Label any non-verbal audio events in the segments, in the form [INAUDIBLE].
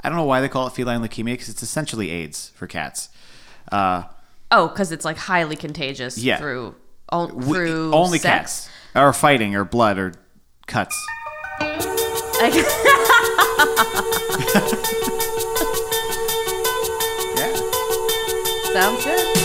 I don't know why they call it feline leukemia because it's essentially AIDS for cats. Uh, Oh, because it's like highly contagious Yeah. through all, w- through only sex. [LAUGHS] cats or fighting or blood or cuts. Like- Yeah. Sounds good.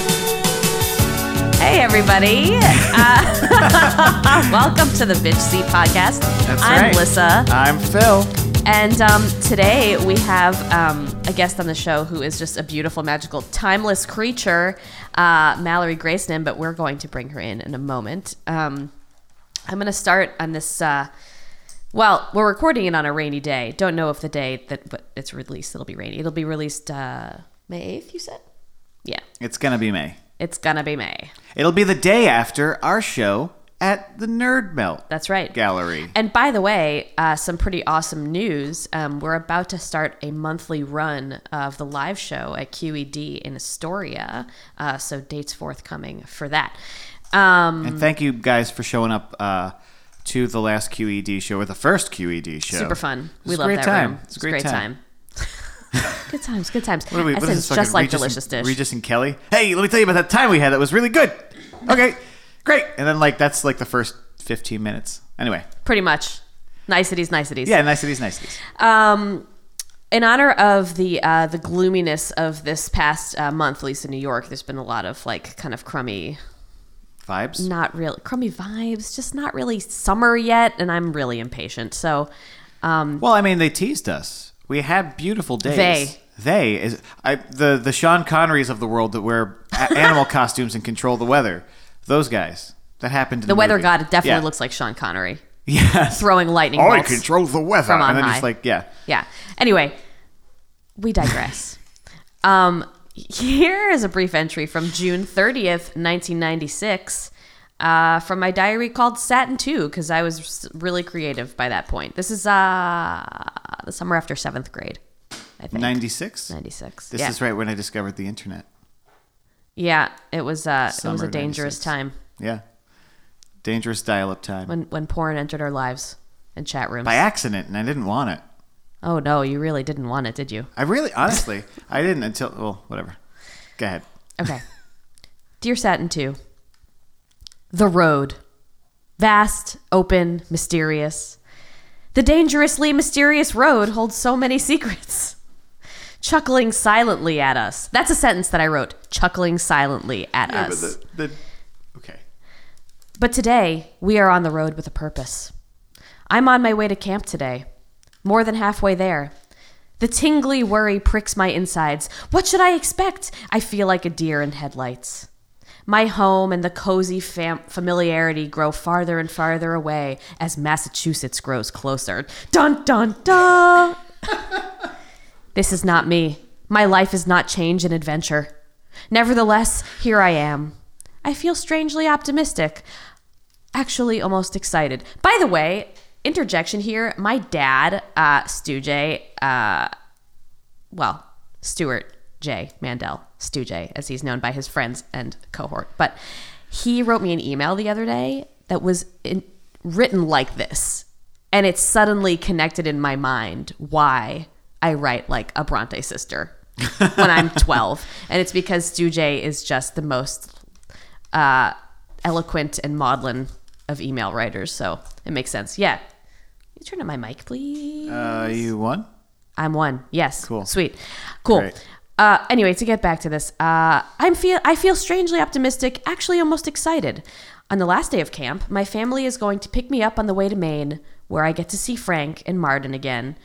Hey everybody! Uh, [LAUGHS] welcome to the Bitch Seat Podcast. That's I'm right. Lissa, I'm Phil. and um, today we have um, a guest on the show who is just a beautiful, magical, timeless creature, uh, Mallory Gracenan. But we're going to bring her in in a moment. Um, I'm going to start on this. Uh, well, we're recording it on a rainy day. Don't know if the day that but it's released it'll be rainy. It'll be released uh, May 8th. You said, yeah. It's gonna be May. It's gonna be May. It'll be the day after our show at the Nerd Melt That's right. Gallery. And by the way, uh, some pretty awesome news. Um, we're about to start a monthly run of the live show at QED in Astoria. Uh, so dates forthcoming for that. Um, And thank you guys for showing up uh, to the last QED show or the first QED show. super fun. It We was a love great that time. room. It's a great, time. [LAUGHS] good times. Good times. What are we, that what is this sounds fucking just like Regis delicious and, dish. Regis and Kelly. Hey, let me tell you about that time we had. That was really good. Okay, great. And then like that's like the first fifteen minutes. Anyway, Pretty much. Niceties, niceties. yeah, niceties, niceties. Um, in honor of the uh, the gloominess of this past uh, month, at least in New York, there's been a lot of like kind of crummy Vibes. not real crummy vibes, just not really summer yet, and I'm really impatient. So, um, Well, I mean, they teased us. We had beautiful days. They. They is I the the Sean Connerys of the world that wear [LAUGHS] a- animal costumes and control the weather. Those guys. That happened. In the weather movie. god definitely Yeah. Oh, looks like Sean Connery [LAUGHS] Yes. throwing lightning I bolts. control the weather. From on and then high. just like yeah. Yeah. Anyway, we [LAUGHS] digress. um, here is a brief entry from June 30th, 1996. Uh, from my diary called Satin 2 because I was really creative by that point. This is uh, the summer after seventh grade, I think. Ninety six. 96. This yeah. is right when I discovered the internet. Yeah, it was uh, it was a Summer 96. dangerous time Yeah. Dangerous dial up time. when when porn entered our lives and chat rooms. By accident, and I didn't want it. oh no, you really didn't want it, did you? I really, [LAUGHS] honestly, I didn't until well, whatever. Go ahead. Okay. Dear Satin 2, the road. Vast, open, mysterious. The dangerously mysterious road holds so many secrets. Chuckling silently at us. That's a sentence that I wrote. Chuckling silently at Yeah, but us. the- the- okay. But today, we are on the road with a purpose. I'm on my way to camp today, more than halfway there. The tingly worry pricks my insides. What should I expect? I feel like a deer in headlights. My home and the cozy fam- familiarity grow farther and farther away as Massachusetts grows closer. Dun dun dun! This is not me. My life is not change and adventure. Nevertheless, here I am. I feel strangely optimistic, actually almost excited. By the way, interjection here my dad, uh, Stu J, uh, well, Stuart J. Mandel, Stu J, as he's known by his friends and cohort, but he wrote me an email the other day that was in, written like this. And it suddenly connected in my mind why I write like a Bronte sister when I'm 12. And it's because Stu J is just the most uh, eloquent and maudlin of email writers. So it makes sense. Yeah. Can you turn on my mic, please? Uh, you won. I'm one. Yes. Cool. Sweet. Cool. Great. Uh, anyway, to get back to this, uh, I'm feel I feel strangely optimistic, actually almost excited. On the last day of camp, my family is going to pick me up on the way to Maine, where I get to see Frank and Martin again.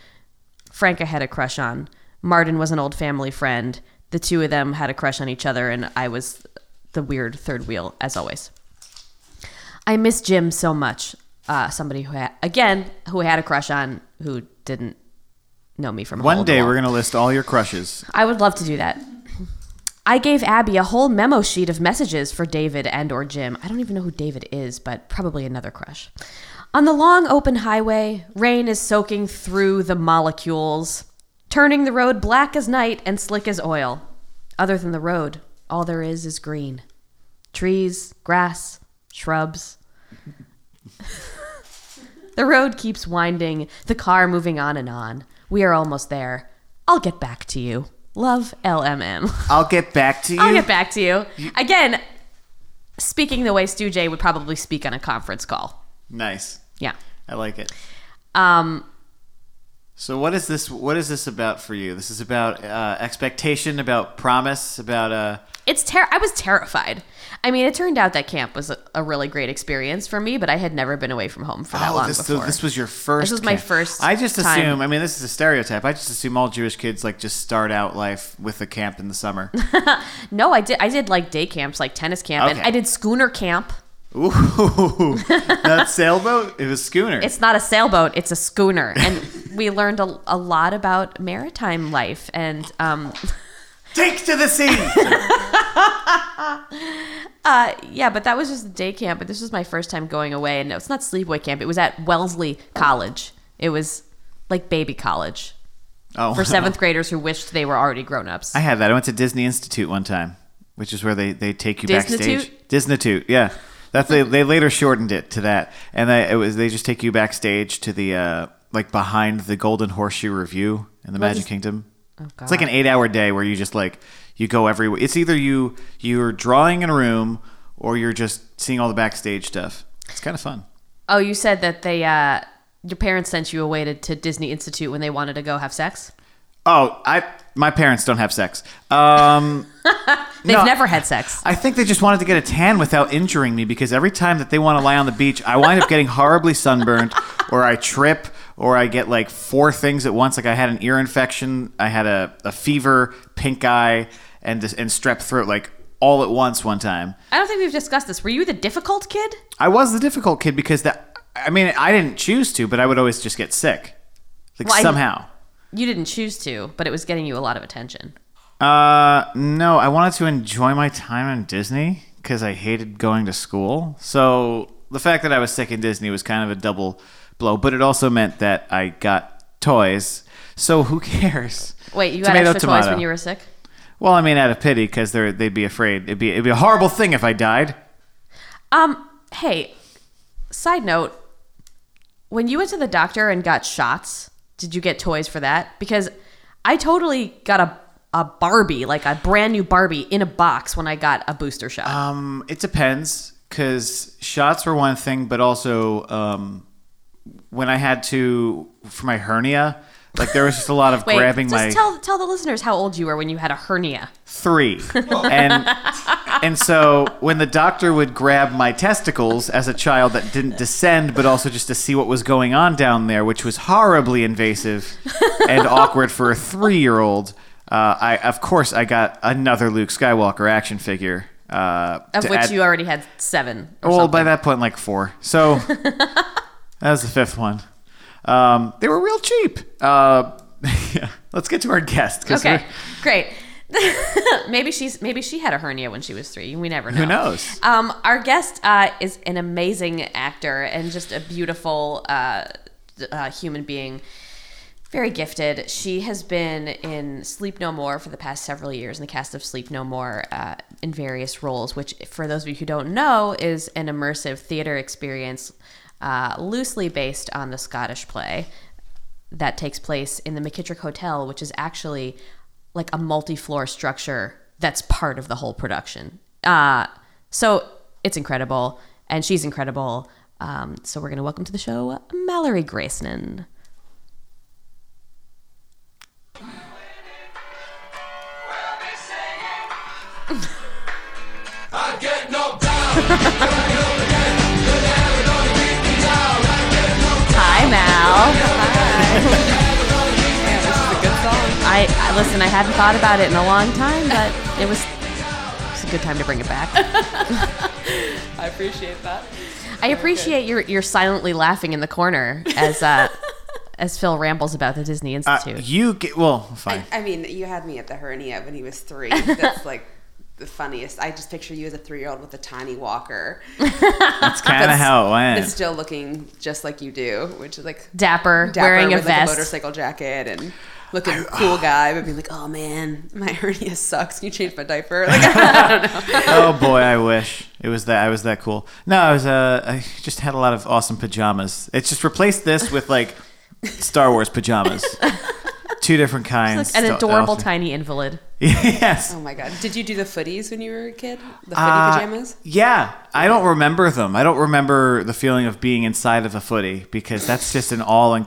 Frank, I had a crush on. Martin was an old family friend. The two of them had a crush on each other, and I was the weird third wheel, as always. I miss Jim so much. Uh, somebody who had, again who I had a crush on who didn't know me from a hole One in the day wall. we're gonna list all your crushes. I would love to do that. I gave Abby a whole memo sheet of messages for David and or Jim. I don't even know who David is, but probably another crush. On the long open highway, rain is soaking through the molecules, turning the road black as night and slick as oil. Other than the road, all there is is green. Trees, grass, shrubs. The road keeps winding, the car moving on and on. We are almost there. I'll get back to you. Love, [LAUGHS] LMM. I'll get back to you. I'll get back to you. Again, speaking the way Stu J would probably speak on a conference call. nice. Yeah. I like it. Um, So what is this? What is this about for you? This is about uh, expectation, about promise, about uh, it's ter- I was terrified. I mean, it turned out that camp was a, a really great experience for me, but I had never been away from home for that long oh, this, before. this was your first. was my kid. first I just time. assume. I mean, this is a stereotype. I just assume all Jewish kids like just start out life with a camp in the summer. no, I did. I did like day camps, like tennis camp, and Okay. I did schooner camp. Ooh, [LAUGHS] that sailboat. It was schooner. It's not a sailboat; it's a schooner, [LAUGHS] and we learned a, a lot about maritime life. And um, Take to the [LAUGHS] sea. uh, yeah, but that was just day camp. But this was my first time going away, and no, it's not sleepaway camp. It was at Wellesley College. It was like baby college oh, for seventh graders who wished they were already [LAUGHS] grown-ups. I had that. I went to Disney Institute one time, which is where they, they take you backstage. Disneytute? Disneytute, yeah. That's they, they later shortened it to that, and I, it was they just take you backstage to the uh, like behind the Golden Horseshoe Review in the Magic is- Kingdom. Oh, It's like an eight-hour day where you just like you go everywhere. It's either you you're drawing in a room or you're just seeing all the backstage stuff. It's kind of fun. Oh, you said that they uh your parents sent you away to, to Disney Institute when they wanted to go have sex? Oh, I my parents don't have sex. Um, [LAUGHS] They've No. never had sex. I think they just wanted to get a tan without injuring me because every time that they want to lie on the beach, I wind up getting horribly sunburned [LAUGHS] or I trip or I get like four things at once. Like I had an ear infection, I had a, a fever, pink eye, and, and strep throat like all at once one time. I don't think we've discussed this. Were you the difficult kid? I was the difficult kid because that, I mean, I didn't choose to, but I would always just get sick. Like Well, I- somehow. You didn't choose to, but it was getting you a lot of attention. Uh, no, I wanted to enjoy my time in Disney because I hated going to school. So the fact that I was sick in Disney was kind of a double blow, but it also meant that I got toys. So who [LAUGHS] cares? Wait, you got Tomato, extra toys tomato. when you were sick? Well, I mean, out of pity because they'd be afraid. It'd be it'd be a horrible thing if I died. Um, hey, side note, when you went to the doctor and got shots, did you get toys for that? Because I totally got a a Barbie, like a brand new Barbie in a box when I got a booster shot. Um, it depends because shots were one thing, but also um, when I had to for my hernia, like there was just a lot of Wait, grabbing just my tell tell the listeners how old you were when you had a hernia. three. and and so when the doctor would grab my testicles as a child that didn't descend, but also just to see what was going on down there, which was horribly invasive and awkward for a three-year-old, uh, I of course I got another Luke Skywalker action figure. Uh, Of to which add- you already had seven. Or well something. by that point like four. [LAUGHS] So that was the fifth one. Um, they were real cheap. Uh, [LAUGHS] yeah. Let's get to our guest. 'cause okay, we're- great. [LAUGHS] maybe she's maybe she had a hernia when she was three. We never know. Who knows? Um, our guest uh, is an amazing actor and just a beautiful uh, uh, human being. Very gifted. She has been in Sleep No More for the past several years in the cast of Sleep No More uh, in various roles, which, for those of you who don't know, is an immersive theater experience uh, loosely based on the Scottish play that takes place in the McKittrick Hotel, which is actually like a multi-floor structure that's part of the whole production. Uh, so it's incredible, and she's incredible. Um, so we're gonna welcome to the show Mallory Gracenan. I get knocked down. Hi, Mal. Hi. I, I listen. I hadn't thought about it in a long time, but it was it's a good time to bring it back. [LAUGHS] I appreciate that. I appreciate your your silently laughing in the corner as [LAUGHS] uh, as Phil rambles about the Disney Uh, Institute. you get well, fine. I mean, you had me at the hernia when he was three. That's like the funniest. I just picture you as a three-year-old with a tiny walker, That's kind of That's- how it and went. still looking just like you do, which is like dapper, dapper wearing a with like a vest. motorcycle jacket and looking cool guy, but being like, "Oh man, my [LAUGHS] hernia sucks. Can you change my diaper?" Like, [LAUGHS] I don't know. oh boy, I wish it was that. I was that cool. No, I was. Uh, I just had a lot [LAUGHS] of awesome pajamas. It's just replaced this with like Star Wars pajamas. two different kinds. An Still- adorable elephant. tiny invalid. [LAUGHS] yes. Oh my god! Did you do the footies when you were a kid? The footy Uh, pajamas? yeah, I don't remember them. I don't remember the feeling of being inside of a footy because that's just an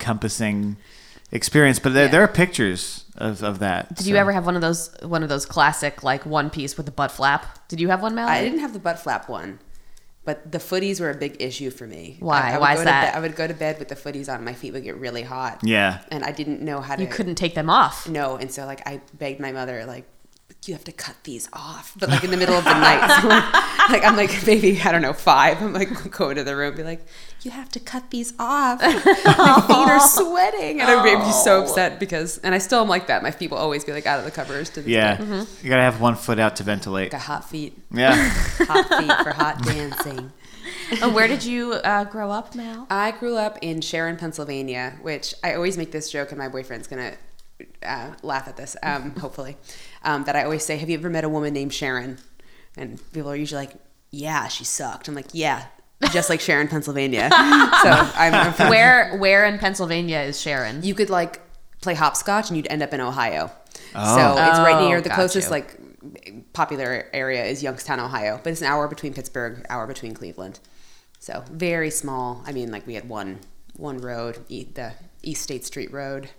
all-encompassing experience. But there, Yeah. there are pictures of, of that. Did you ever have one of those one of those classic like one piece with the butt flap? Did you have one, Mallory? I didn't have the butt flap one, but the footies were a big issue for me. Why? I, I would Why is go to that? be- I would go to bed with the footies on. My feet would get really hot. Yeah. And I didn't know how to. You couldn't take them off. No, and so like I begged my mother like. You have to cut these off, but like in the middle of the night, [LAUGHS] so, like, like, I'm like maybe I don't know five. I'm like go into the room, be like, you have to cut these off. My feet are sweating, and I would be so upset because, and I still am like that. My feet will always be like out of the covers to this Yeah, day. you gotta have one foot out to ventilate. Mm-hmm. Got hot feet. Yeah. [LAUGHS] hot feet for hot dancing. And where did you uh, grow up, Mal? I grew up in Sharon, Pennsylvania, which I always make this joke, and my boyfriend's gonna uh, laugh at this, um, hopefully. Um, that I always say, "Have you ever met a woman named Sharon?" And people are usually like, "Yeah, she sucked." I'm like, "Yeah, just like Sharon, Pennsylvania." so I'm, I'm from- Where where in Pennsylvania is Sharon? you could like play hopscotch and you'd end up in Ohio. Oh. So it's right Oh, near the got closest you. like popular area is Youngstown, Ohio, but it's an hour between Pittsburgh, hour between Cleveland. So very small. I mean, like we had one one road, e- the East State Street Road.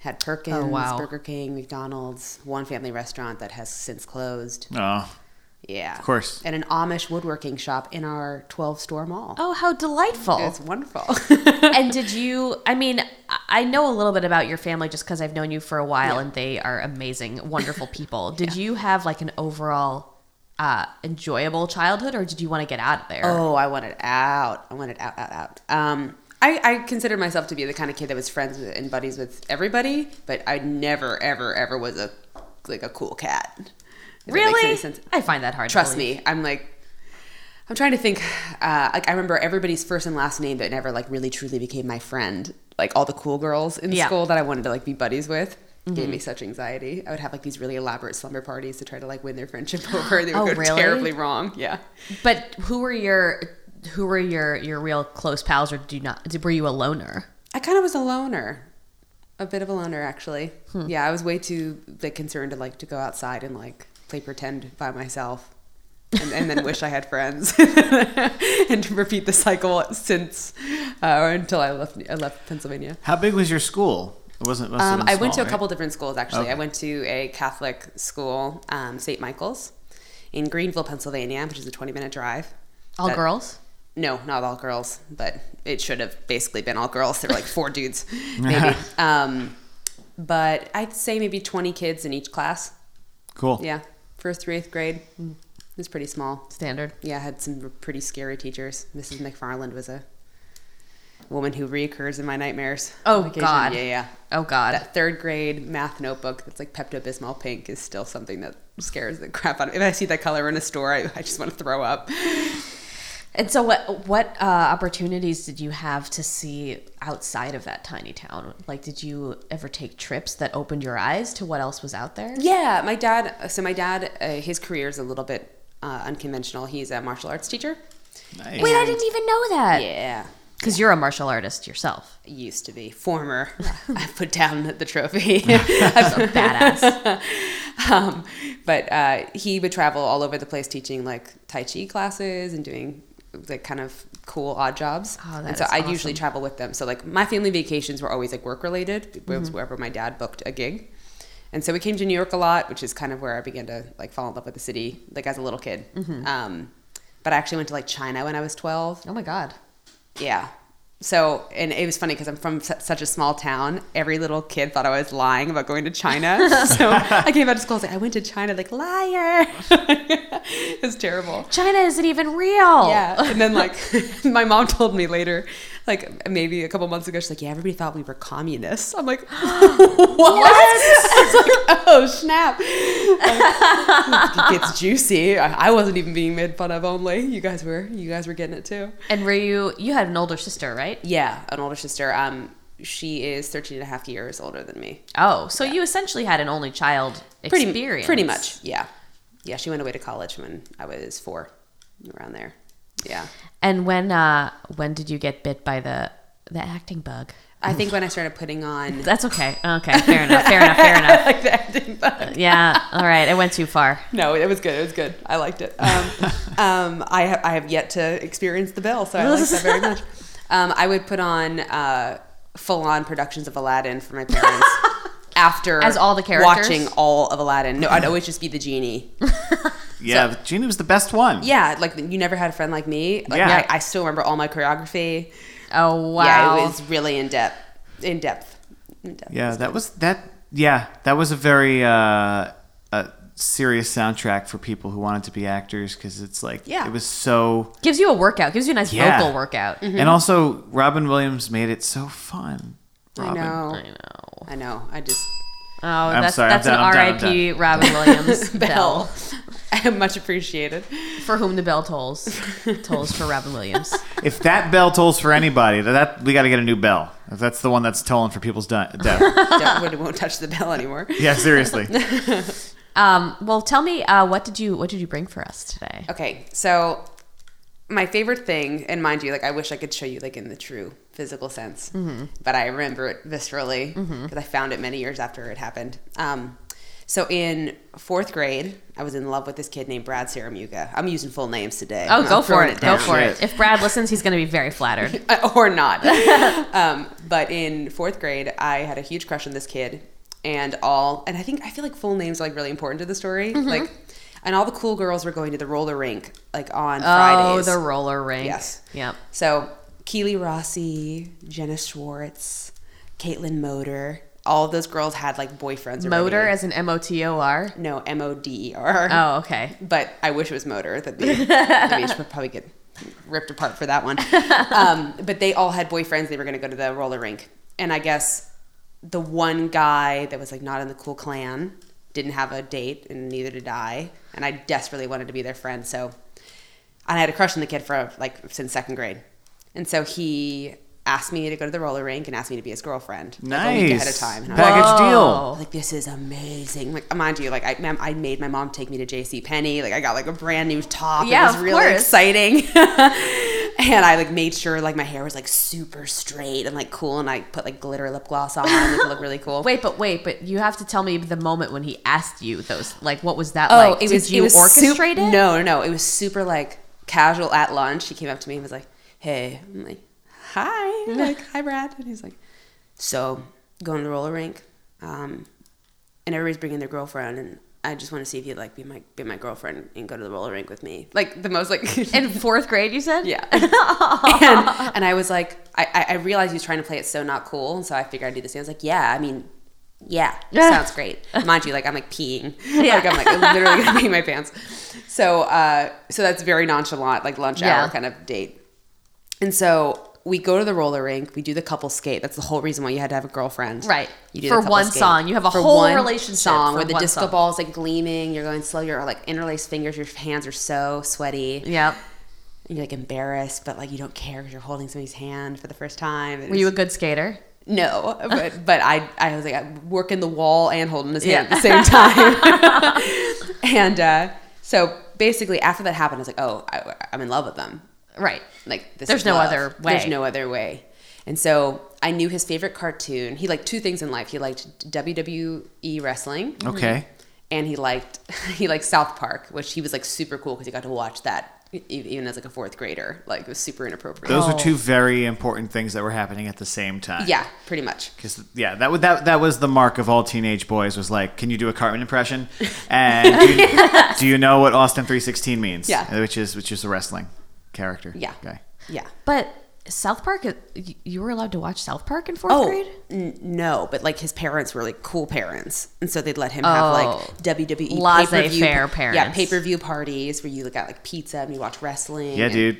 Had Perkins, Oh, wow. Burger King, McDonald's, one family restaurant that has since closed. oh, Yeah. Of course. And an Amish woodworking shop in our 12 store mall. Oh, how delightful. [LAUGHS] It's wonderful. and did you i mean I- i know a little bit about your family just because i've known you for a while and they are amazing wonderful [LAUGHS] people did you have like an overall uh, enjoyable childhood or did you want to get out of there Oh, I wanted out. I wanted out, out, out. Um, I, I consider myself to be the kind of kid that was friends with and buddies with everybody, but I never, ever, ever was a like a cool cat. If that makes really any sense. i find that hard to Trust believe. me, I'm like. I'm trying to think. Uh, like I remember everybody's first and last name that never like really truly became my friend. Like all the cool girls in Yeah. Mm-hmm. school that I wanted to like be buddies with. Gave me such anxiety. I would have like these really elaborate slumber parties to try to like win their friendship [LAUGHS] over. They would Oh, go really? terribly wrong. Yeah. but who were your who were your your real close pals or do you not did, were you a loner I kind of was a loner, a bit of a loner actually. Hmm. Yeah, I was way too like concerned to like to go outside and like play pretend by myself, and, and then wish I had friends, [LAUGHS] and to repeat the cycle since uh, or until I left I left Pennsylvania. how big was your school? It wasn't. must have Um, been I went to small, a right? couple different schools actually. Okay. I went to a Catholic school, um, St. Michael's, in Greenville, Pennsylvania, which is a 20 minute drive. all That- girls no, not all girls, but it should have basically been all girls. There were like [LAUGHS] four dudes, maybe. Um, but I'd say maybe 20 kids in each class. Cool. Yeah, first through eighth grade. Hmm. It was pretty small. standard Yeah, I had some pretty scary teachers. Mrs. McFarland was a woman who reoccurs in my nightmares. Oh, on occasion. God. Yeah, yeah. oh god That third grade math notebook that's like Pepto Bismol pink is still something that scares the crap out of me. If I see that color in a store, I, I just want to throw up. and so what what uh, opportunities did you have to see outside of that tiny town like did you ever take trips that opened your eyes to what else was out there Yeah, my dad. So my dad, uh, his career is a little bit uh, unconventional. He's a martial arts teacher. Nice. Wait, I didn't even know that. Yeah, Because you're a martial artist [LAUGHS] yourself. used to be former. [LAUGHS] I put down the trophy. I Badass. [LAUGHS] um, but uh, he would travel all over the place teaching like tai chi classes and doing like kind of cool odd jobs Oh, that and so is i usually awesome. travel with them so like my family vacations were always like work related it Mm-hmm. was wherever my dad booked a gig and so we came to new york a lot which is kind of where i began to like fall in love with the city like as a little kid Mm-hmm. um, but i actually went to like china when i was 12 oh my god. yeah. So, and it was funny because I'm from su- such a small town. Every little kid thought I was lying about going to China. so I came out of school I was like, I went to China. Like, liar. [LAUGHS] it was terrible. China isn't even real. Yeah. And then, like, [LAUGHS] my mom told me later, like, maybe a couple months ago, she's like, Yeah, everybody thought we were communists. I'm like, [GASPS] What? [LAUGHS] I was like, Oh, snap. Like, it gets juicy. I, I wasn't even being made fun of only. You guys were, you guys were getting it too. And were you, you had an older sister, right? Yeah, an older sister. Um, she is 13 and a half years older than me. Oh, so you essentially had an only child Pretty, experience. pretty much. Yeah, yeah. She went away to college when I was four, around there. Yeah. And when, uh, when did you get bit by the, the acting bug? I think when I started putting on [LAUGHS] That's okay. Okay, fair enough. Fair enough. Fair enough. like that, didn't bug. Yeah. All right. I went too far. [LAUGHS] No, it was good. It was good. I liked it. [LAUGHS] Um, um, I have I have yet to experience the bill, so I like that [LAUGHS] very much. Um, I would put on uh, full on productions of Aladdin for [LAUGHS] my parents. After As all the characters? watching all of Aladdin, no, I'd always just be the genie. Yeah, but Genie was the best one. Yeah, like you never had a friend like me. Like, Yeah. I, I still remember all my choreography. Oh wow. Yeah, it was really in depth, in depth, in depth. Yeah, that was that. Yeah, that was a very uh, uh serious soundtrack for people who wanted to be actors because it's like Yeah. it was so. gives you a workout. Gives you a nice Yeah. vocal workout. Mm. Mm-hmm. And also, Robin Williams made it so fun. I Robin. know. I know. I know. I just [LAUGHS] Oh, that's sorry, I'm that's an done, I'm done, I'm R.I.P. Robin Williams bell [LAUGHS] bell. Much appreciated. for whom the bell tolls. Tolls for Robin Williams. If that bell tolls for anybody, that we got to get a new bell. If that's the one that's tolling for people's di- [LAUGHS] death. Don't, won't- won't touch the bell anymore. yeah, seriously. Um, well, tell me uh, what did you what did you bring for us today? Okay, so my favorite thing, and mind you, like I wish I could show you like in the true physical sense, Mm-hmm. but I remember it viscerally because I found it many years after it happened. Um, so in fourth grade, I was in love with this kid named Brad Saramuga. I'm using full names today. Oh, I'm go for throwing it. Go down. for it. Shit. If Brad listens, he's going to be very [LAUGHS] flattered. Uh, [LAUGHS] [LAUGHS] or not. um, but in fourth grade, I had a huge crush on this kid, and all, and I think I feel like full names are like really important to the story. Mm-hmm. Like, and all the cool girls were going to the roller rink like on Oh, Fridays. the roller rink. Yes. Yep. So Keely Rossi, Jenna Schwartz, Caitlin Motor, all those girls had like boyfriends. already. Motor as an M O T O R. no M O D E R. Oh, okay. But I wish it was Motor. That'd be. I mean, she would probably get ripped apart for that one. Um, but they all had boyfriends. They were going to go to the roller rink, and I guess the one guy that was like not in the cool clan didn't have a date, and neither did I. And I desperately wanted to be their friend, so and I had a crush on the kid for like since second grade, and so he asked me to go to the roller rink and asked me to be his girlfriend like, a week Nice. ahead of time. And I was like, Package Whoa. deal. like this is amazing. Like mind you, like I, ma'am, I made my mom take me to J.C. Penney. Like I got like a brand new top. Yeah, it was of really course. exciting. [LAUGHS] and I like made sure like my hair was like super straight and like cool, and I put like glitter lip gloss on. and It looked really cool. Wait, but wait, but you have to tell me the moment when he asked you those. Like, what was that oh, like? it Did was you it was sup- orchestrate it? No, no, no. It was super like casual at lunch. He came up to me and was like, "Hey," I'm like, [LAUGHS] "Hi," I'm like, "Hi, Brad," and he's like, "So going to the roller rink." Um, and everybody's bringing their girlfriend and I just want to see if you'd like be my be my girlfriend and go to the roller rink with me. Like the most like [LAUGHS] In fourth grade, you said? yeah. and, [LAUGHS] and I was like, I, I- I realized he was trying to play it so not cool, and so I figured I'd do this. And I was like, yeah, I mean, [LAUGHS] yeah, sounds great. Mind you, like I'm like peeing, like I'm like literally gonna pee my pants. So, uh, so that's very nonchalant, like lunch Yeah. hour kind of date. And so we go to the roller rink. We do the couple skate. That's the whole reason why you had to have a girlfriend, Right. You do For the couple one skate. song. You have a For whole one relationship song for where the one disco song. ball's like gleaming. You're going slow. You're like interlaced fingers. Your hands are so sweaty Yep. you're like embarrassed, but like you don't care because you're holding somebody's hand for the first time. It Were you a was- good skater? [LAUGHS] no, but but I I was like I'm working the wall and holding his hand Yeah. at the same time. [LAUGHS] and uh, so basically, after that happened, I was like, oh, I, I'm in love with them. Right. Like this There's is no love. other There's way. no other way. And so I knew his favorite cartoon. He liked two things in life. He liked WWE wrestling Okay. and he liked [LAUGHS] he liked South Park, which he was like super cool because he got to watch that e- even as like a fourth grader. Like it was super inappropriate. Those Oh. were two very important things that were happening at the same time. Yeah, pretty much. Because yeah, that would that that was the mark of all teenage boys was like, can you do a Cartman impression? And do [LAUGHS] you, do you know what Austin three sixteen means? Uh, Yeah. which is which is a wrestling character. Yeah. guy. Yeah. But South Park, uh, y- you were allowed to watch South Park in fourth grade? Oh, n- no, but like his parents were like cool parents, and so they'd let him Oh. have like WWE Laissez-faire Yeah, parents. pay per view parties where you got like pizza and you watch wrestling. Yeah, and- dude.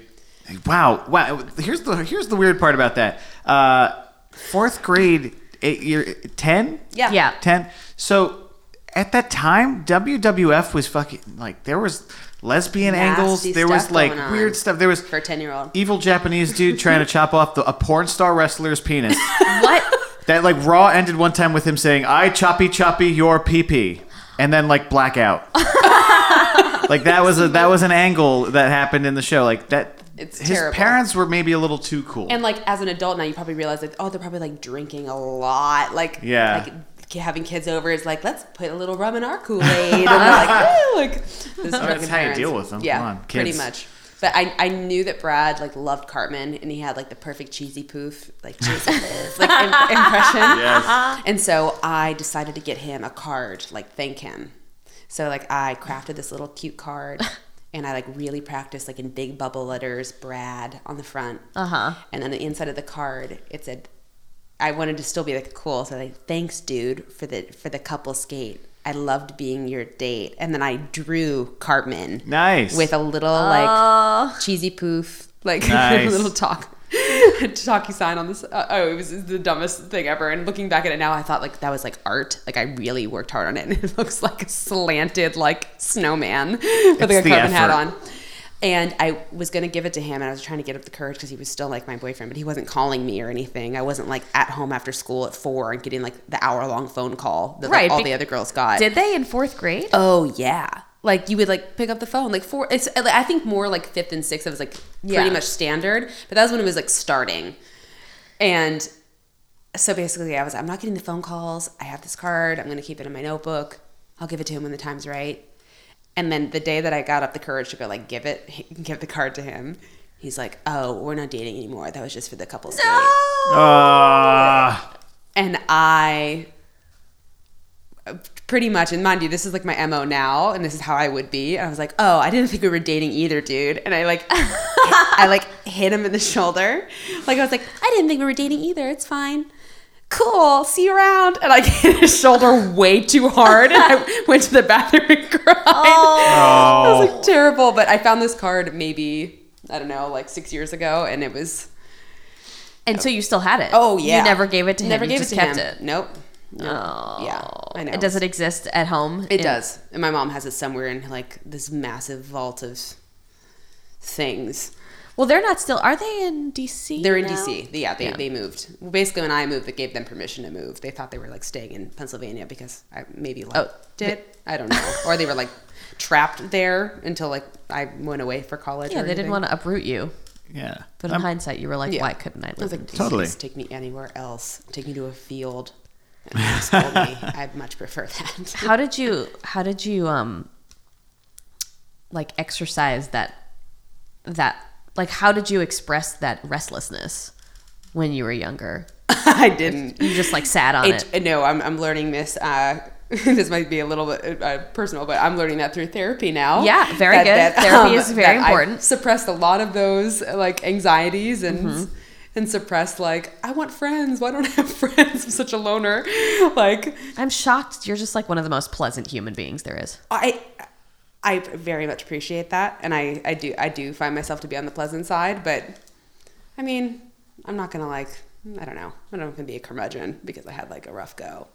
Wow, wow. Here's the here's the weird part about that. Uh, fourth grade, eight year ten. Yeah. Yeah. ten. So at that time, WWF was fucking like there was lesbian Nasty angles. There was stuff like going on. weird stuff. There was For a 10-year-old. evil Japanese dude trying to [LAUGHS] chop off the, a porn star wrestler's [LAUGHS] penis. What? that like Raw ended one time with him saying, "I choppy choppy your pee pee," and then like [LAUGHS] blackout. like that was a that was an angle that happened in the show. Like that It's his terrible. parents were maybe a little too cool. and like as an adult now, you probably realize like oh they're probably like drinking a lot. Like Yeah. like ki- having kids over is like let's put a little rum in our Kool Aid. and they're like, [LAUGHS] "Ooh," like this Oh, that's how you deal with them. Yeah, Come on, pretty kids. much. But I, I knew that Brad like loved Cartman and he had like the perfect cheesy poof like cheesy poof, like [LAUGHS] im- impression. Yes. And so I decided to get him a card, like thank him. So like I crafted this little [LAUGHS] cute card and I like really practiced like in big bubble letters Brad on the front. Uh-huh. And on the inside of the card it said I wanted to still be like cool, so like thanks dude for the for the couple skate. I loved being your date. And then I drew Cartman nice. with a little like cheesy poof, like [LAUGHS] Nice. little talk, [LAUGHS] talkie sign on this. Uh, oh, it was the dumbest thing ever. And looking back at it now, I thought like that was like art. Like I really worked hard on it, [LAUGHS] and it looks like a slanted like snowman [LAUGHS] with like a the carbon hat effort. on. And I was gonna give it to him, and I was trying to get up the courage because he was still like my boyfriend, but he wasn't calling me or anything. I wasn't like at home after school at four and getting like the hour long phone call that like, Right, all be- the other girls got. Did they in fourth grade? Oh yeah. Like you would like pick up the phone like four. It's uh, I think more like fifth and sixth. It was like Yeah. pretty much standard, but that was when it was like starting, and so basically I was I'm not getting the phone calls. I have this card. I'm gonna keep it in my notebook. I'll give it to him when the time's right. And then the day that I got up the courage to go like give it [LAUGHS] give the card to him, he's like, "Oh, we're not dating anymore. That was just for the couple's date." Ah, and I pretty much and mind you this is like my mo now and this is how i would be and i was like oh i didn't think we were dating either dude and i like i like hit him in the shoulder like i was like i didn't think we were dating either it's fine cool see you around and i [LAUGHS] hit his shoulder way too hard and i went to the bathroom and cried Oh. [LAUGHS] i was like terrible but i found this card maybe i don't know like six years ago and it was And so you still had it. oh yeah You never gave it to him. never you gave just it to kept him it. nope Nope. Oh. yeah i know It doesn't exist at home. It in- does. And my mom has it somewhere in like this massive vault of things. Well, they're not still. Are they in DC? They're in now? DC. They- Yeah, they, they moved. Well, basically, when I moved, they gave them permission to move. They thought they were like staying in Pennsylvania because I maybe Oh. liked it. I don't know. or they were like trapped there until like I went away for college. Yeah, or they didn't anything. want to uproot you. yeah. Um, But in I'm- hindsight, you were like, Yeah. why couldn't I I was live in like, please Totally. take me anywhere else. Take me to a field. And just hold me. I'd much prefer that. how did you how did you um like exercise that that like how did you express that restlessness when you were younger [LAUGHS] I didn't. you just like sat on it, It- uh, No, I'm, I'm learning this. Uh, [LAUGHS] this might be a little bit uh, personal, but I'm learning that through therapy now. Yeah, very good. Therapy is very I've important. suppressed a lot of those uh, like anxieties and Mm-hmm. and suppressed like I want friends. Why don't I have [LAUGHS] friends? I'm such a loner. Like i'm shocked you're just like one of the most pleasant human beings there is I I very much appreciate that, and I I do I do find myself to be on the pleasant side, but I mean I'm not gonna like I don't know I don't gonna be a curmudgeon because I had like a rough go.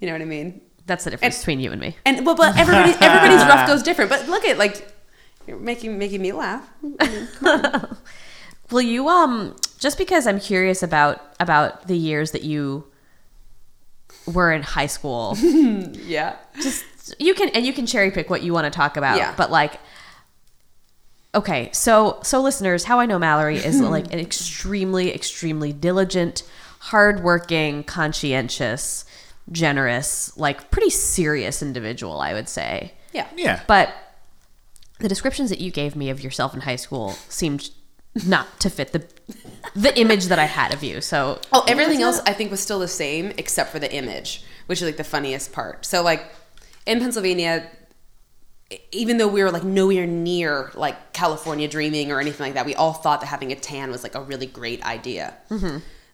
You know what I mean? that's the difference between you and me And well, but everybody, everybody's rough goes different. But look at like you're making making me laugh. Will you um just because I'm curious about about the years that you were in high school. Yeah, just you can and you can cherry pick what you want to talk about. Yeah. But like Okay, so so listeners, how I know Mallory [LAUGHS] is like an extremely extremely diligent, hardworking, conscientious, generous, like pretty serious individual, I would say. yeah, Yeah. But the descriptions that you gave me of yourself in high school seemed not to fit the the image that I had of you. So Oh, everything else I think was still the same except for the image, which is like the funniest part. So like in Pennsylvania, e- even though we were like nowhere near like California dreaming or anything like that, we all thought that having a tan was like a really great idea.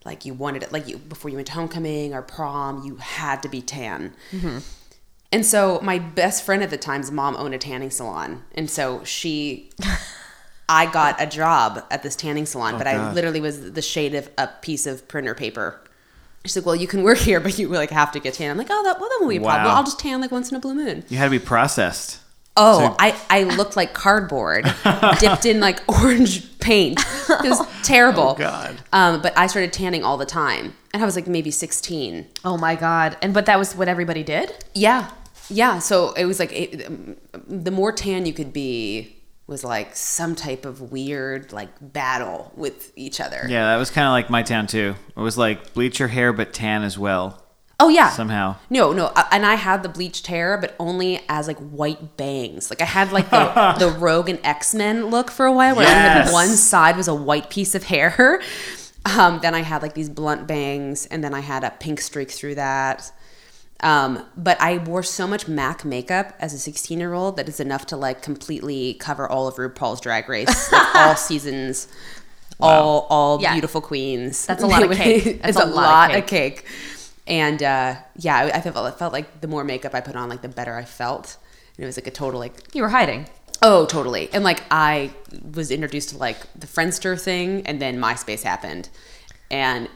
Like you wanted it, like you before you went to homecoming or prom, you had to be tan. And so my best friend at the time's mom owned a tanning salon, and so she. I got a job at this tanning salon, but I Oh, God. literally was the shade of a piece of printer paper. She's like, "Well, you can work here, but you like have to get tan." I'm like, "Oh, that well, that won't be a problem. Wow. I'll just tan like once in a blue moon." you had to be processed. Oh, So- I, I looked like cardboard [LAUGHS] dipped in like orange paint. [LAUGHS] It was Oh, terrible. God. Um, but I started tanning all the time. And I was like maybe 16. Oh my god. And but that was what everybody did? Yeah. Yeah. So it was like it, um, the more tan you could be, was like some type of weird like battle with each other. Yeah, that was kind of like my town too. It was like bleach your hair but tan as well Oh yeah. somehow. No, no, I- and I had the bleached hair, but only as like white bangs. Like I had like [LAUGHS] the, the Rogue and X Men look for a while, where only Yes. like, one side was a white piece of hair. [LAUGHS] Um, then I had like these blunt bangs, and then I had a pink streak through that. Um, but I wore so much Mac makeup as a 16 year old that it's enough to like completely cover all of RuPaul's Drag Race, [LAUGHS] like, all seasons, all all Yeah. beautiful queens. That's a lot of cake. [LAUGHS] it's a lot of cake. And uh, yeah, I, I felt it felt like the more makeup I put on, like the better I felt. And it was like a total like You were hiding. oh totally. And like I was introduced to like the Friendster thing, and then MySpace happened, and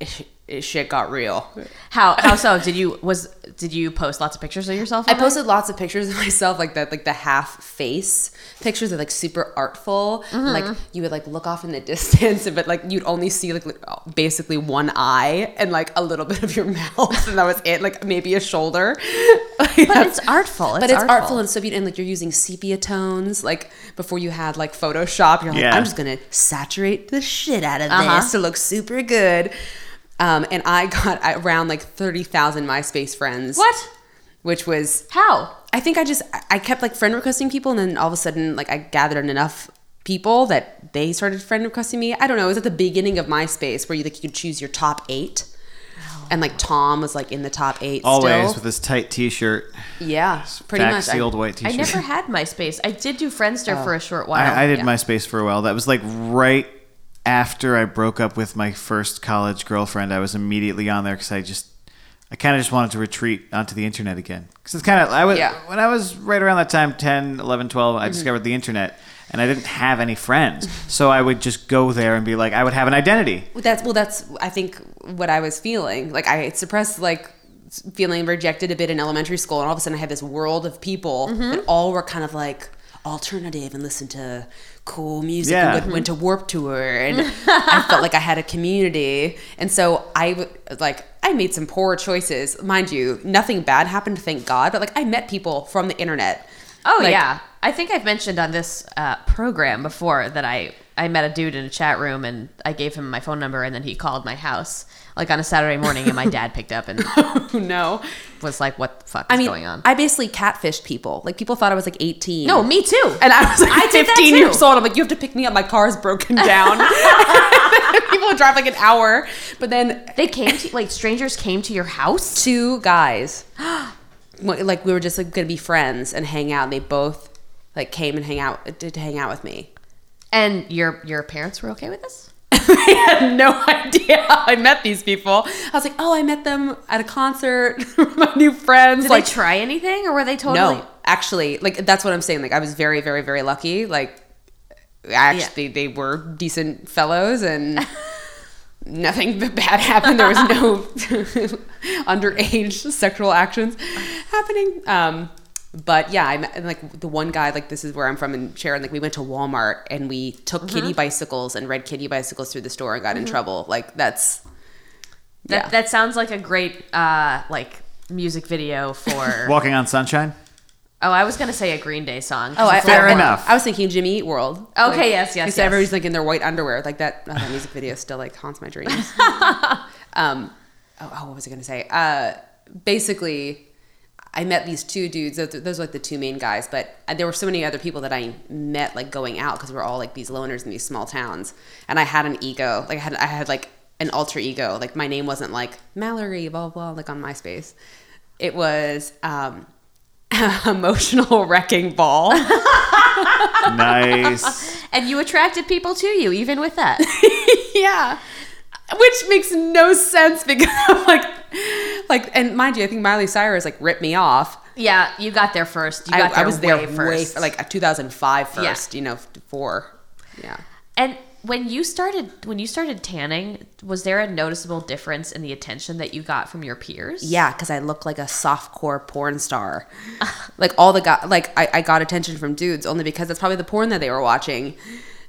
it, it shit got real. How how so? Did you was did you post lots of pictures of yourself? I on there? posted lots of pictures of [LAUGHS] myself, like that, like the half face pictures are like super artful. Mm-hmm. Like you would like look off in the [LAUGHS] distance, but like you'd only see like li- basically one eye and like a little [LAUGHS] bit of your mouth, and that was it. Like maybe a shoulder. [LAUGHS] But it's artful. but it's artful. and so beautiful. And like you're using sepia tones. Like before you had like Photoshop, you're like, Yeah. I'm just gonna saturate the shit out of Uh-huh. this to look super good. Um, and I got around like thirty thousand MySpace friends. What? Which was How? I think I just I- I kept like friend requesting people, and then all of a sudden, like I gathered enough people that they started friend requesting me. I don't know. It was at the beginning of MySpace where you like you could choose your top eight, and like Tom was like in the top eight. Always still. with this tight T-shirt, yeah, pretty much. I- sealed white I T-shirt. never had MySpace. I did do Friendster Oh. for a short while. I, I did MySpace for a while. That was like right after I broke up with my first college girlfriend. I was immediately on there because I just, I kind of just wanted to retreat onto the internet again. Because it's kind of, I was, Yeah. Mm-hmm. when I was right around that time, 10, 11, 12, I discovered the internet and I didn't have any friends. So I would just go there and be like, I would have an identity. Well, That's well. That's I think what I was feeling. Like I had suppressed like s- feeling rejected a bit in elementary school, and all of a sudden I had this world of people Mm-hmm. that all were kind of like alternative and listened to cool music Yeah. and went, went to Warp [LAUGHS] Tour, and I felt like I had a community. And so I w- like I made some poor choices, mind you. Nothing bad happened, thank God. But like I met people from the internet. [LAUGHS] Oh Like- yeah, I think I've mentioned on this uh, program before that I I met a dude in a chat room and I gave him my phone number and then he called my house like on a Saturday morning [LAUGHS] and my dad picked up and Who know? was like, "What the fuck is I mean, going on?" I basically catfished people. Like people thought I was like eighteen. no, me too. And I was like I did that 15 too. years old. I'm like, you have to pick me up. My car's broken down. [LAUGHS] People would drive like an hour. But then they came to like strangers came to your house. two guys, [GASPS] wa- like we were just like gonna be friends and hang out. And they both like came and hang out to, to hang out with me. [LAUGHS] And your your parents were okay with this? I had no idea how I met these people. I was like, oh, I met them at a concert. [LAUGHS] my new friends. Did like, they try anything or were they totally? no, actually, like that's what I'm saying. Like I was very, very, very lucky. Like actually, they were decent fellows, and [LAUGHS] nothing b- bad happened. There was no [LAUGHS] underage sexual actions happening. Um, but yeah, I'm and, like the one guy. Like this is where I'm from in Sharon. Like we went to Walmart and we took kitty bicycles and red kitty bicycles through the store and got in trouble. Like that's That yeah. that sounds like a great uh like music [LAUGHS] video for. Walking on [LAUGHS] sunshine. oh, I was gonna say a Green Day song. Oh, I, Fair I- enough. I was thinking Jimmy Eat World. Okay, Like, yes, yes, Because yes. everybody's like in their white underwear, like that. Oh, that music video still like haunts [LAUGHS] my dreams. um, oh, oh, what was I gonna say? Uh, basically, I met these two dudes. Those, those were like the two main guys, but there were so many other people that I met like going out because we're all like these loners in these small towns, and I had an ego. Like I had, I had like an alter ego. Like my name wasn't like Mallory, blah blah, like on MySpace. It was. Um, [LAUGHS] emotional wrecking ball Nice. and you attracted people to you even with that. [LAUGHS] yeah which makes no sense because [LAUGHS] I'm like like and mind you i think miley cyrus like ripped me off yeah, you got there first. You I, got there I was there way way first. like 2005 Yeah. first you know f- four yeah and when you started when you started tanning, was there a noticeable difference in the attention that you got from your peers? yeah because i look like a softcore porn star [LAUGHS] like all the guy like I, I got attention from dudes only because that's probably the porn that they were watching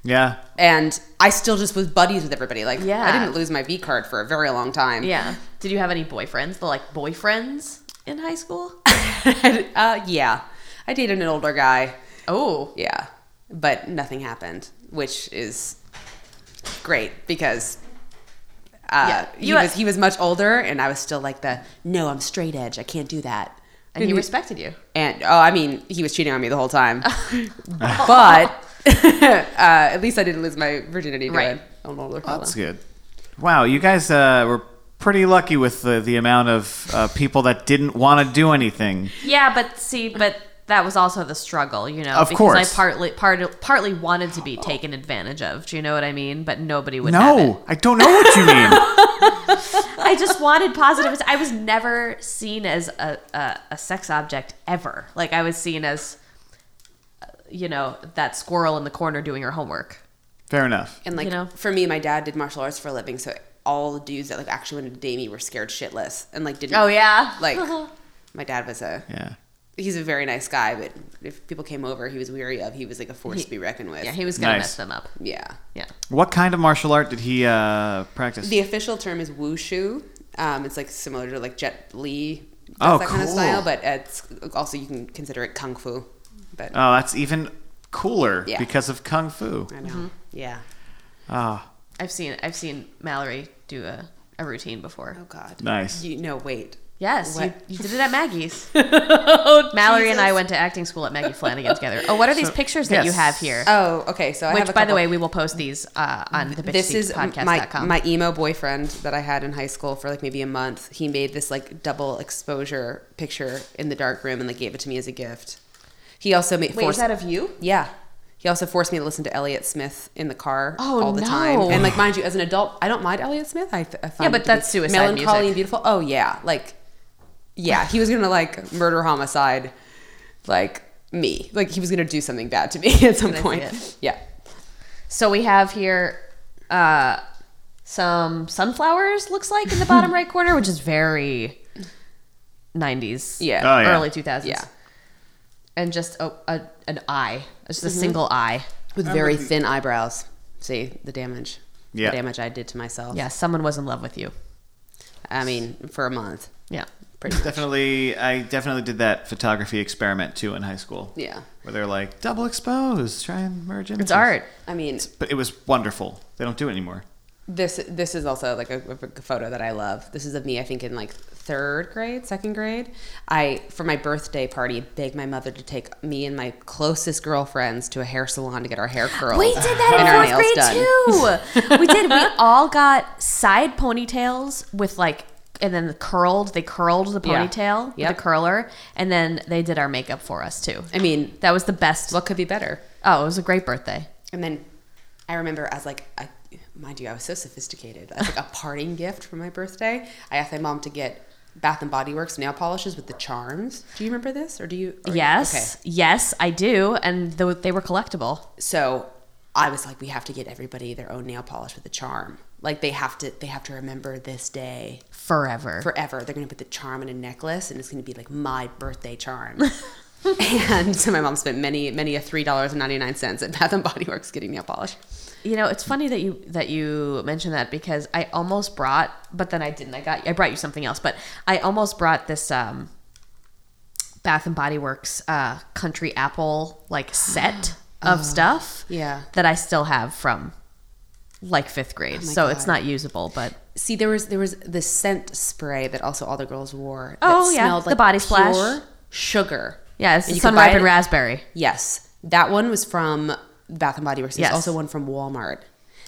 yeah. and i still just was buddies with everybody like Yeah. i didn't lose my v card for a very long time [LAUGHS] Yeah. Did you have any boyfriends? The like boyfriends in [LAUGHS] high school? uh, yeah i dated an older guy Oh. yeah but nothing happened, which is great because uh, Yeah, he you- was he was much older, and I was still like the no, I'm straight edge. I can't do that. and he respected you. And oh, I mean, he was cheating on me the whole [LAUGHS] time, [LAUGHS] but [LAUGHS] uh, at least I didn't lose my virginity to Right. an an older fella. That's good. Wow, you guys uh, were pretty lucky with the, the amount of uh, people that didn't want to do anything. Yeah, but see, but that was also the struggle, you know, Of because course. I partly part, partly wanted to be taken advantage of. Do you know what I mean? But nobody would. have it. No, I don't know what you mean. I just wanted positive. I was never seen as a, a, a sex object ever. Like I was seen as, uh, you know, that squirrel in the corner doing her homework. Fair enough. And like You know? for me, my dad did martial arts for a living, so all the dudes that like actually wanted to date me were scared shitless and like Oh. didn't. yeah, [LAUGHS] like my dad was a Yeah. he's a very nice guy, but if people came over, he was weary of. He was like a force to be reckoned with. yeah, he was gonna Nice. mess them up. yeah. Yeah, What kind of martial art did he uh, practice? The official term is wushu. Um, it's like similar to like Jet Li. does Oh, that kind of cool. style, but it's also you can consider it kung fu. But oh, that's even cooler Yeah. because of kung fu. I know, Mm-hmm. yeah. Ah, I've seen I've seen Mallory do a, a routine before. Oh God, Nice. You no wait. Yes, you, What? Oh, you did it at [LAUGHS] Maggie's. Mallory and I went to acting school at Maggie Flanagan together. Oh, what are these pictures that you yes. have here? Oh, okay. So I have Which, a by the couple- way, we will post these uh, on the this is podcast.com. my my emo boyfriend that I had in high school for like maybe a month. He made this like double exposure picture in the dark room and like gave it to me as a gift. He also made forced, of you? yeah. He also forced me to listen to Elliott Smith in the car Oh, all the time. no. And like, mind you, as an adult, I don't mind Elliott Smith. I, th- I find but it to that's be suicide melancholy music. and beautiful. Oh yeah, like yeah, he was gonna like murder homicide, like me. Like he was gonna do something bad to me [LAUGHS] at Can some I see point. it? Yeah. So we have here uh, some sunflowers, looks like, in the [LAUGHS] bottom right corner, which is very 90s, Yeah. Oh, yeah. early 2000s. Yeah. And just a, a, an eye, just Mm-hmm. a single eye. with very thin eyebrows. See the damage. Yeah. The damage I did to myself. Yeah, someone was in love with you. I mean, for a month. Yeah. Pretty much. Definitely, I definitely did that photography experiment too in high school. Yeah. Where they're like, double expose, try and merge images. It's art. I mean, But it was wonderful. They don't do it anymore. this this is also like a, a photo that I love. This is of me, I think, in like third grade, second grade. I for my birthday party begged my mother to take me and my closest girlfriends to a hair salon to get our hair curled. We did that in and our fourth nails grade done. [LAUGHS] too. we did. We all got side ponytails with like, and then the curled. They curled the Yeah. ponytail Yep. with a curler, and then they did our makeup for us too. I mean, That was the best. what could be better? Oh, it was a great birthday. And then I remember as like, I, mind you, I was so sophisticated. As like a parting gift for my birthday, I asked my mom to get Bath and Body Works nail polishes with the charms. Do you remember this, or do you? or- Yes, Okay. yes, I do, and th- they were collectible. So I was like, we have to get everybody their own nail polish with a charm. Like they have to, they have to remember this day Forever. forever. They're gonna put the charm in a necklace, and it's gonna be like my birthday charm. and so my mom spent many, many a three dollars and ninety nine cents at Bath and Body Works getting nail polish. you know, it's funny that you that you mentioned that because I almost brought, but then I didn't. I got I brought you something else, but I almost brought this um, Bath and Body Works uh, country apple like [GASPS] set of stuff. Oh, yeah. that I still have from like fifth grade, so it's Oh God. not usable. But See, there was there was this scent spray that also all the girls wore. that Oh, yeah. The body splash. pure sugar. yeah, it's And you could sun buy ripened it- raspberry. Yes, that one was from Bath and Body Works. There's Yes. also one from Walmart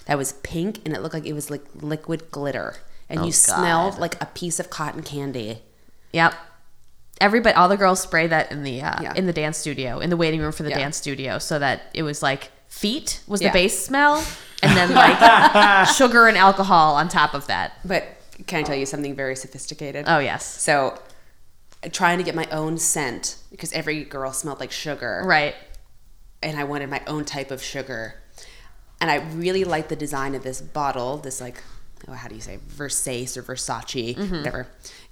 that was pink and it looked like it was like liquid glitter, and you Oh, God. smelled like a piece of cotton candy. Yep. Everybody, all the girls spray that in the uh, Yeah. in the dance studio, in the waiting room for the Yeah. dance studio, so that it was like feet was Yeah. the base smell, and [LAUGHS] then like sugar and alcohol on top of that. But can I tell you something very sophisticated? Oh yes, So, trying to get my own scent because every girl smelled like sugar. right. and I wanted my own type of sugar. And I really liked the design of this bottle, this like, oh, how do you say, Versace or Versace, Mm-hmm. whatever,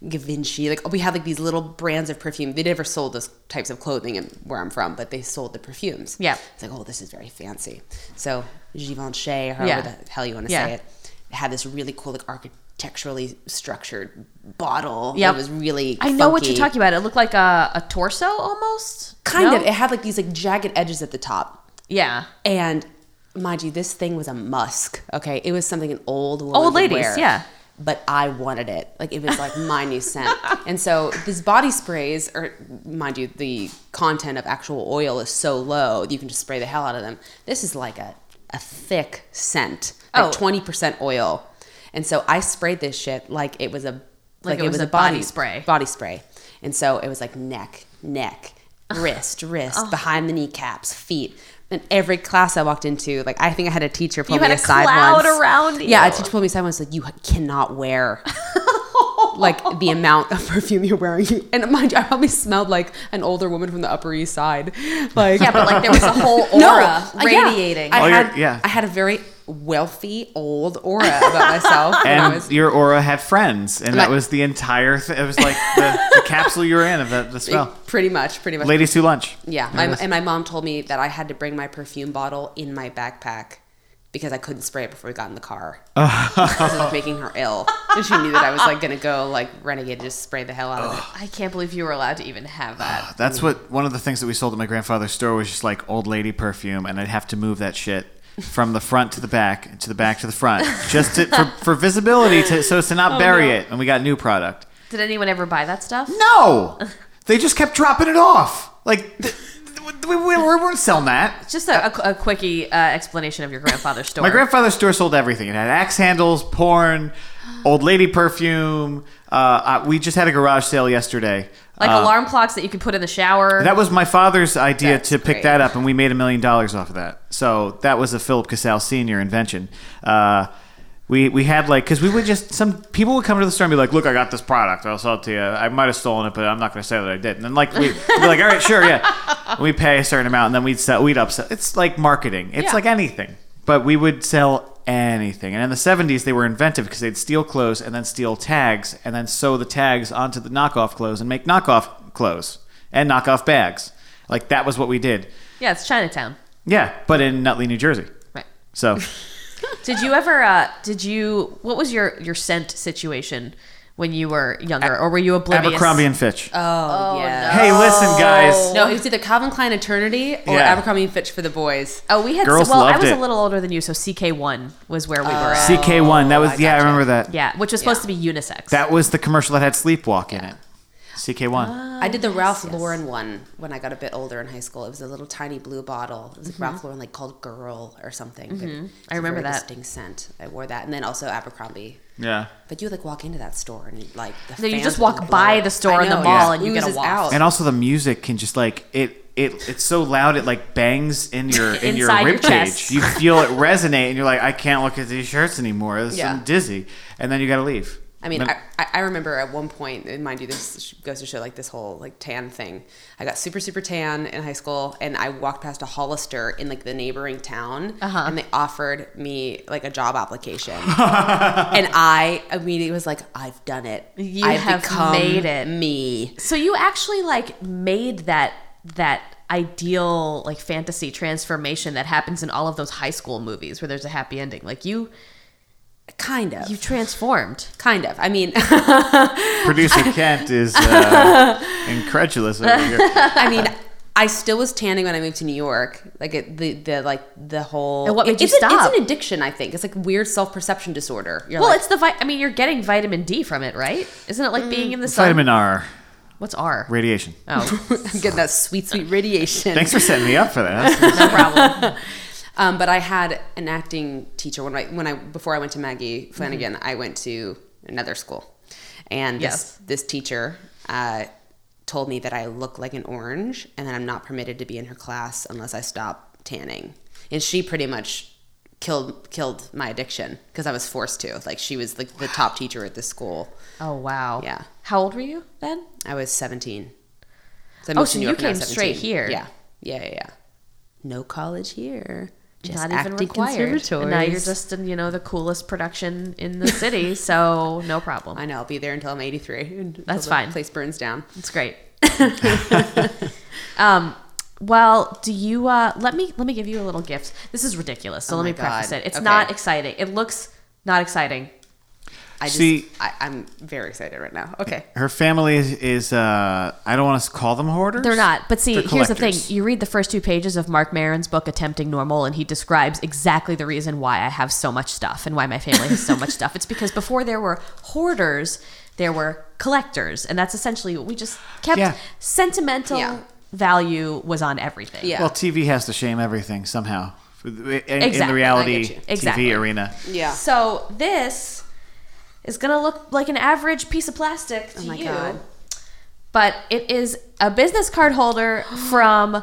Givenchy. Like we had like these little brands of perfume. They never sold those types of clothing in where I'm from, but they sold the perfumes. Yeah. it's like, oh, this is very fancy. So Givenchy, or however Yeah. the hell you want to Yeah. say it, had this really cool like architecturally structured bottle. Yeah, Yep. it was really. I know what you're funky. talking about. It looked like a, a torso almost. Kind eh. No? of. It had like these like jagged edges at the top. Yeah. And mind you, this thing was a musk. Okay, it was something an old woman Old would ladies, wear, yeah. But I wanted it. Like it was like my new [LAUGHS] scent. And so these body sprays, or mind you, the content of actual oil is so low that you can just spray the hell out of them. This is like a a thick scent, Oh. like twenty percent oil. And so I sprayed this shit like it was a Like it was a body spray. body spray. And so it was like neck, neck, wrist, wrist, behind the kneecaps, feet. And every class I walked into, like I think I had a teacher pull You me had a aside cloud once. around Yeah, a you. teacher pulled me aside once, like you cannot [LAUGHS] wear like the amount of perfume you're wearing. And mind you, I probably smelled like an older woman from the Upper East Side. [LAUGHS] Like Yeah, but like there was a whole [LAUGHS] aura uh, yeah. radiating. I Oh, you're- had, yeah. I had a very wealthy old aura about myself. when I And was- your aura had friends, and that Like- was the entire. Th- it was like the, the capsule you were in of the, the spell. pretty much, pretty much. Ladies to lunch. Yeah, There my, it is. and my mom told me that I had to bring my perfume bottle in my backpack because I couldn't spray it before we got in the car. Because it was making her ill, and she knew that I was like gonna go like renegade, just spray the hell out of it. I can't believe you were allowed to even have that. That's what one of the things that we sold at my grandfather's store was just like old lady perfume, and I'd have to move that shit from the front to the back, and to the back to the front, just to, for, for visibility, to, so as to not bury it. And we got new product. Did anyone ever buy that stuff? No, they just kept dropping it off. Like th- th- we, we, we weren't selling that. Just a, a, a quickie uh, explanation of your grandfather's store. My grandfather's store sold everything. It had axe handles, porn, old lady perfume. Uh, uh, we just had a garage sale yesterday. like alarm clocks that you could put in the shower. Uh, That was my father's idea That's to pick great. that up, and we made a million dollars off of that. So that was a Philip Casale senior invention. Uh, we we had like because we would just some people would come to the store and be like, "Look, I got this product. I'll sell it to you. I might have stolen it, but I'm not going to say that I did." And then like we would be like, "All right, sure, yeah." And we pay a certain amount, and then we'd sell. We'd upsell. It's like marketing. It's Yeah. like anything, but we would sell anything. And in the 70s, they were inventive because they'd steal clothes and then steal tags and then sew the tags onto the knockoff clothes and make knockoff clothes and knockoff bags. Like that was what we did. yeah, it's Chinatown. Yeah, but in Nutley, New Jersey. Right. So Did you ever? Uh, did you? What was your your scent situation when you were younger, or were you oblivious? Abercrombie and Fitch. Oh, yeah. hey, listen, guys. No, it was either Calvin Klein Eternity or Yeah. Abercrombie and Fitch for the boys. Oh, we had. Girls well, I loved was a it. Ah. little older than you, so CK one was where we were at. CK1. That was yeah, I remember that. yeah, which was supposed to be unisex. That was the commercial that had Sleepwalk in it. Oh, CK1. I did the Ralph Lauren one when I got a bit older in high school. It was a little tiny blue bottle. It was like Ralph Lauren, like called Girl or something. but it's a Mm-hmm. remember very that. distinct scent. I wore that, and then also Abercrombie. yeah. But you like walk into that store and like the No, you fans just would walk blow by up. the store I in the know, mall yeah. and you get a Oozes waft. out. And also the music can just like it it it's so loud it like bangs in your in your Inside your rib cage. chest. You feel it resonate and you're like, I can't look at these shirts anymore. This Yeah. I'm dizzy. And then you gotta leave. I mean, And I, [LAUGHS] then- I I remember at one point, and mind you, this goes to show like this whole like tan thing. I got super super tan in high school, and I walked past a Hollister in like the neighboring town, Uh-huh. and they offered me like a job application, [LAUGHS] and I immediately was like, "I've done it. You I've have made it." me." So you actually like made that that ideal like fantasy transformation that happens in all of those high school movies where there's a happy ending. Like you Kind of, you transformed. kind of. I mean, [LAUGHS] producer Kent is uh, incredulous over here. I mean. I still was tanning when I moved to New York. Like it, the the like the whole. And what made you it's an- stop? it's an addiction, I think. It's like weird self perception disorder. You're Well, like, it's the vi- I mean, you're getting vitamin D from it, right? Isn't it like being in the sun? Mm. Vitamin R What's R? radiation. Oh, I'm [LAUGHS] getting that sweet, sweet radiation. Thanks for setting me up for that. no problem. Um, but I had an acting teacher when I when I before I went to Maggie Flanagan, I went to another school, and Mm-hmm. Yes. this, this teacher uh, told me that I look like an orange, and that I'm not permitted to be in her class unless I stop tanning. And she pretty much killed killed my addiction because I was forced to. Like she was like the top teacher at this school. Oh wow. Yeah. How old were you then? I was 17. So I Oh, moved so to New you York when I was came straight 17. here. Yeah. Yeah, yeah, yeah. No college here. Just Not acting even required. And now you're conservatories. just in, you know, the coolest production in the city, [LAUGHS] so no problem. I know. I'll be there until I'm 83. [LAUGHS] until That's the fine. Place burns down. It's great. [LAUGHS] um, well, do you uh, let me let me give you a little gift. This is ridiculous, so let Oh my me preface God. it. It's Okay. not exciting. It looks not exciting. I I just, See- I, I'm very excited right now. Okay. Her family is, is uh, I don't want to call them hoarders. They're not. But see, They're here's the thing. collectors. You read the first two pages of Mark Maron's book, Attempting Normal, and he describes exactly the reason why I have so much stuff and why my family has so much stuff. It's because before there were hoarders, there were collectors. And that's essentially what we just kept Yeah. sentimental Yeah. value was on everything. Yeah. Well, TV has to shame everything somehow in, in Exactly. the I reality get you. Exactly. TV arena. Yeah. So this is going to look like an average piece of plastic to Oh my you. God. But it is a business card [GASPS] holder from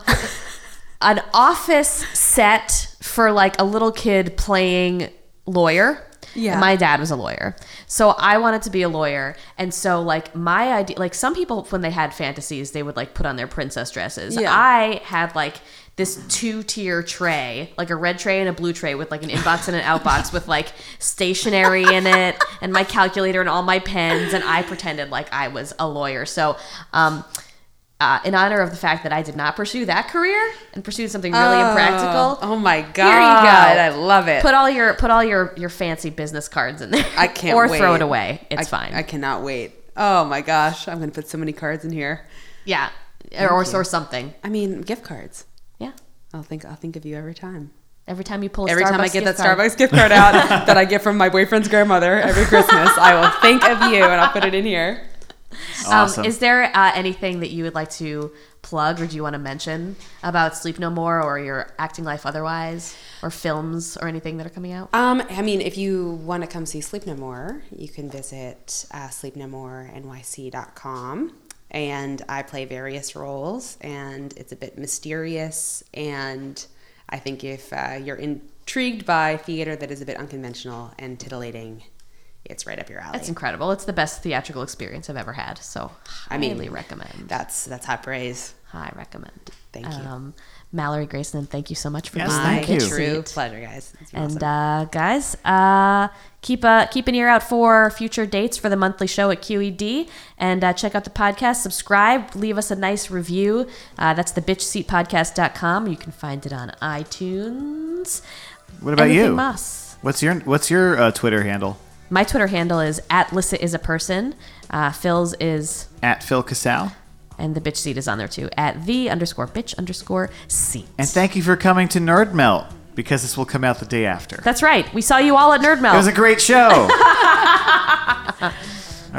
an office set for like a little kid playing lawyer. Yeah. And My dad was a lawyer. So I wanted to be a lawyer. And so like my idea like some people when they had fantasies, they would like put on their princess dresses. Yeah. I had like this two-tier tray, like a red tray and a blue tray with like an inbox and an outbox with like stationery in it and my calculator and all my pens and I pretended like I was a lawyer. So um uh, in honor of the fact that I did not pursue that career and pursued something really impractical. Oh my god! Here you go. I love it. Put all your put all your your fancy business cards in there. I can't. or wait. throw it away. It's I- fine. I cannot wait. Oh my gosh! I'm gonna put so many cards in here. yeah, or, or or something. I mean, gift cards. Yeah. I'll think. I'll think of you every time. Every time you pull a Every Starbucks time I get that gift card. Starbucks gift card [LAUGHS] out that I get from my boyfriend's grandmother every Christmas, I will think of you and I'll put it in here. Awesome. Um, is there uh, anything that you would like to plug or do you want to mention about Sleep No More or your acting life otherwise or films or anything that are coming out? Um, I mean, if you want to come see Sleep No More, you can visit uh, sleepnomorenyc.com. And I play various roles, and it's a bit mysterious. And I think if uh, you're intrigued by theater that is a bit unconventional and titillating, it's right up your alley. It's incredible. It's the best theatrical experience I've ever had. So I I mean, highly recommend. That's that's hot praise. I recommend. Thank you. Um, Mallory Grayson, thank you so much for Yes, being thank on you. the True Seat. pleasure, guys. It's been awesome. And uh, guys, uh, keep a keep an ear out for future dates for the monthly show at QED, and uh, check out the podcast. Subscribe, leave us a nice review. Uh, that's the bitchseatpodcast.com. You can find it on iTunes. what about Anything you? Mas. What's your What's your uh, Twitter handle? My Twitter handle is at Lissa is a person. Uh, Phil's is At Phil Casal. and the bitch seat is on there too at the underscore bitch underscore seat. And thank you for coming to Nerd Melt because this will come out the day after. It That's right. We saw you all at Nerd Melt. was a great [LAUGHS] show. All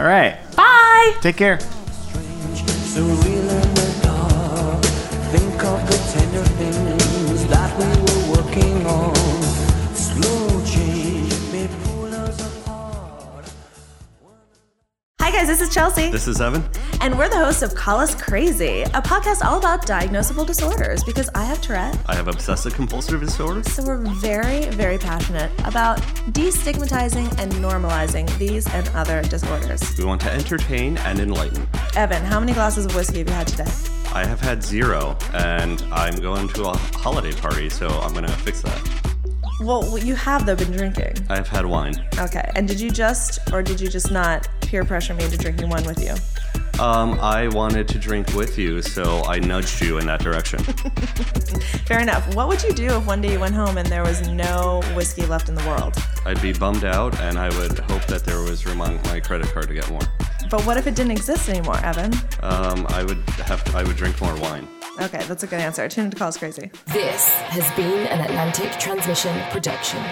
right. Bye. Take care. surreal in the dark. Think of the tender things that we were working on. Slow change may pull us apart. Hi, guys, this is Chelsea. This is Evan. and we're the hosts of Call Us Crazy, a podcast all about diagnosable disorders because I have Tourette. I have obsessive compulsive disorder. So we're very, very passionate about destigmatizing and normalizing these and other disorders. We want to entertain and enlighten. Evan, how many glasses of whiskey have you had today? I have had zero, and I'm going to a holiday party, so I'm going to fix that. Well, you have, though, been drinking. I have had wine. Okay. And did you just, or did you just not peer pressure me into drinking one with you? Um, I wanted to drink with you, so I nudged you in that direction. Fair enough. What would you do if one day you went home and there was no whiskey left in the world? I'd be bummed out, and I would hope that there was room on my credit card to get more. But what if it didn't exist anymore, Evan? Um, I would have to, I would drink more wine. Okay, that's a good answer. Tune into Call Us Crazy. This has been an Atlantic Transmission production.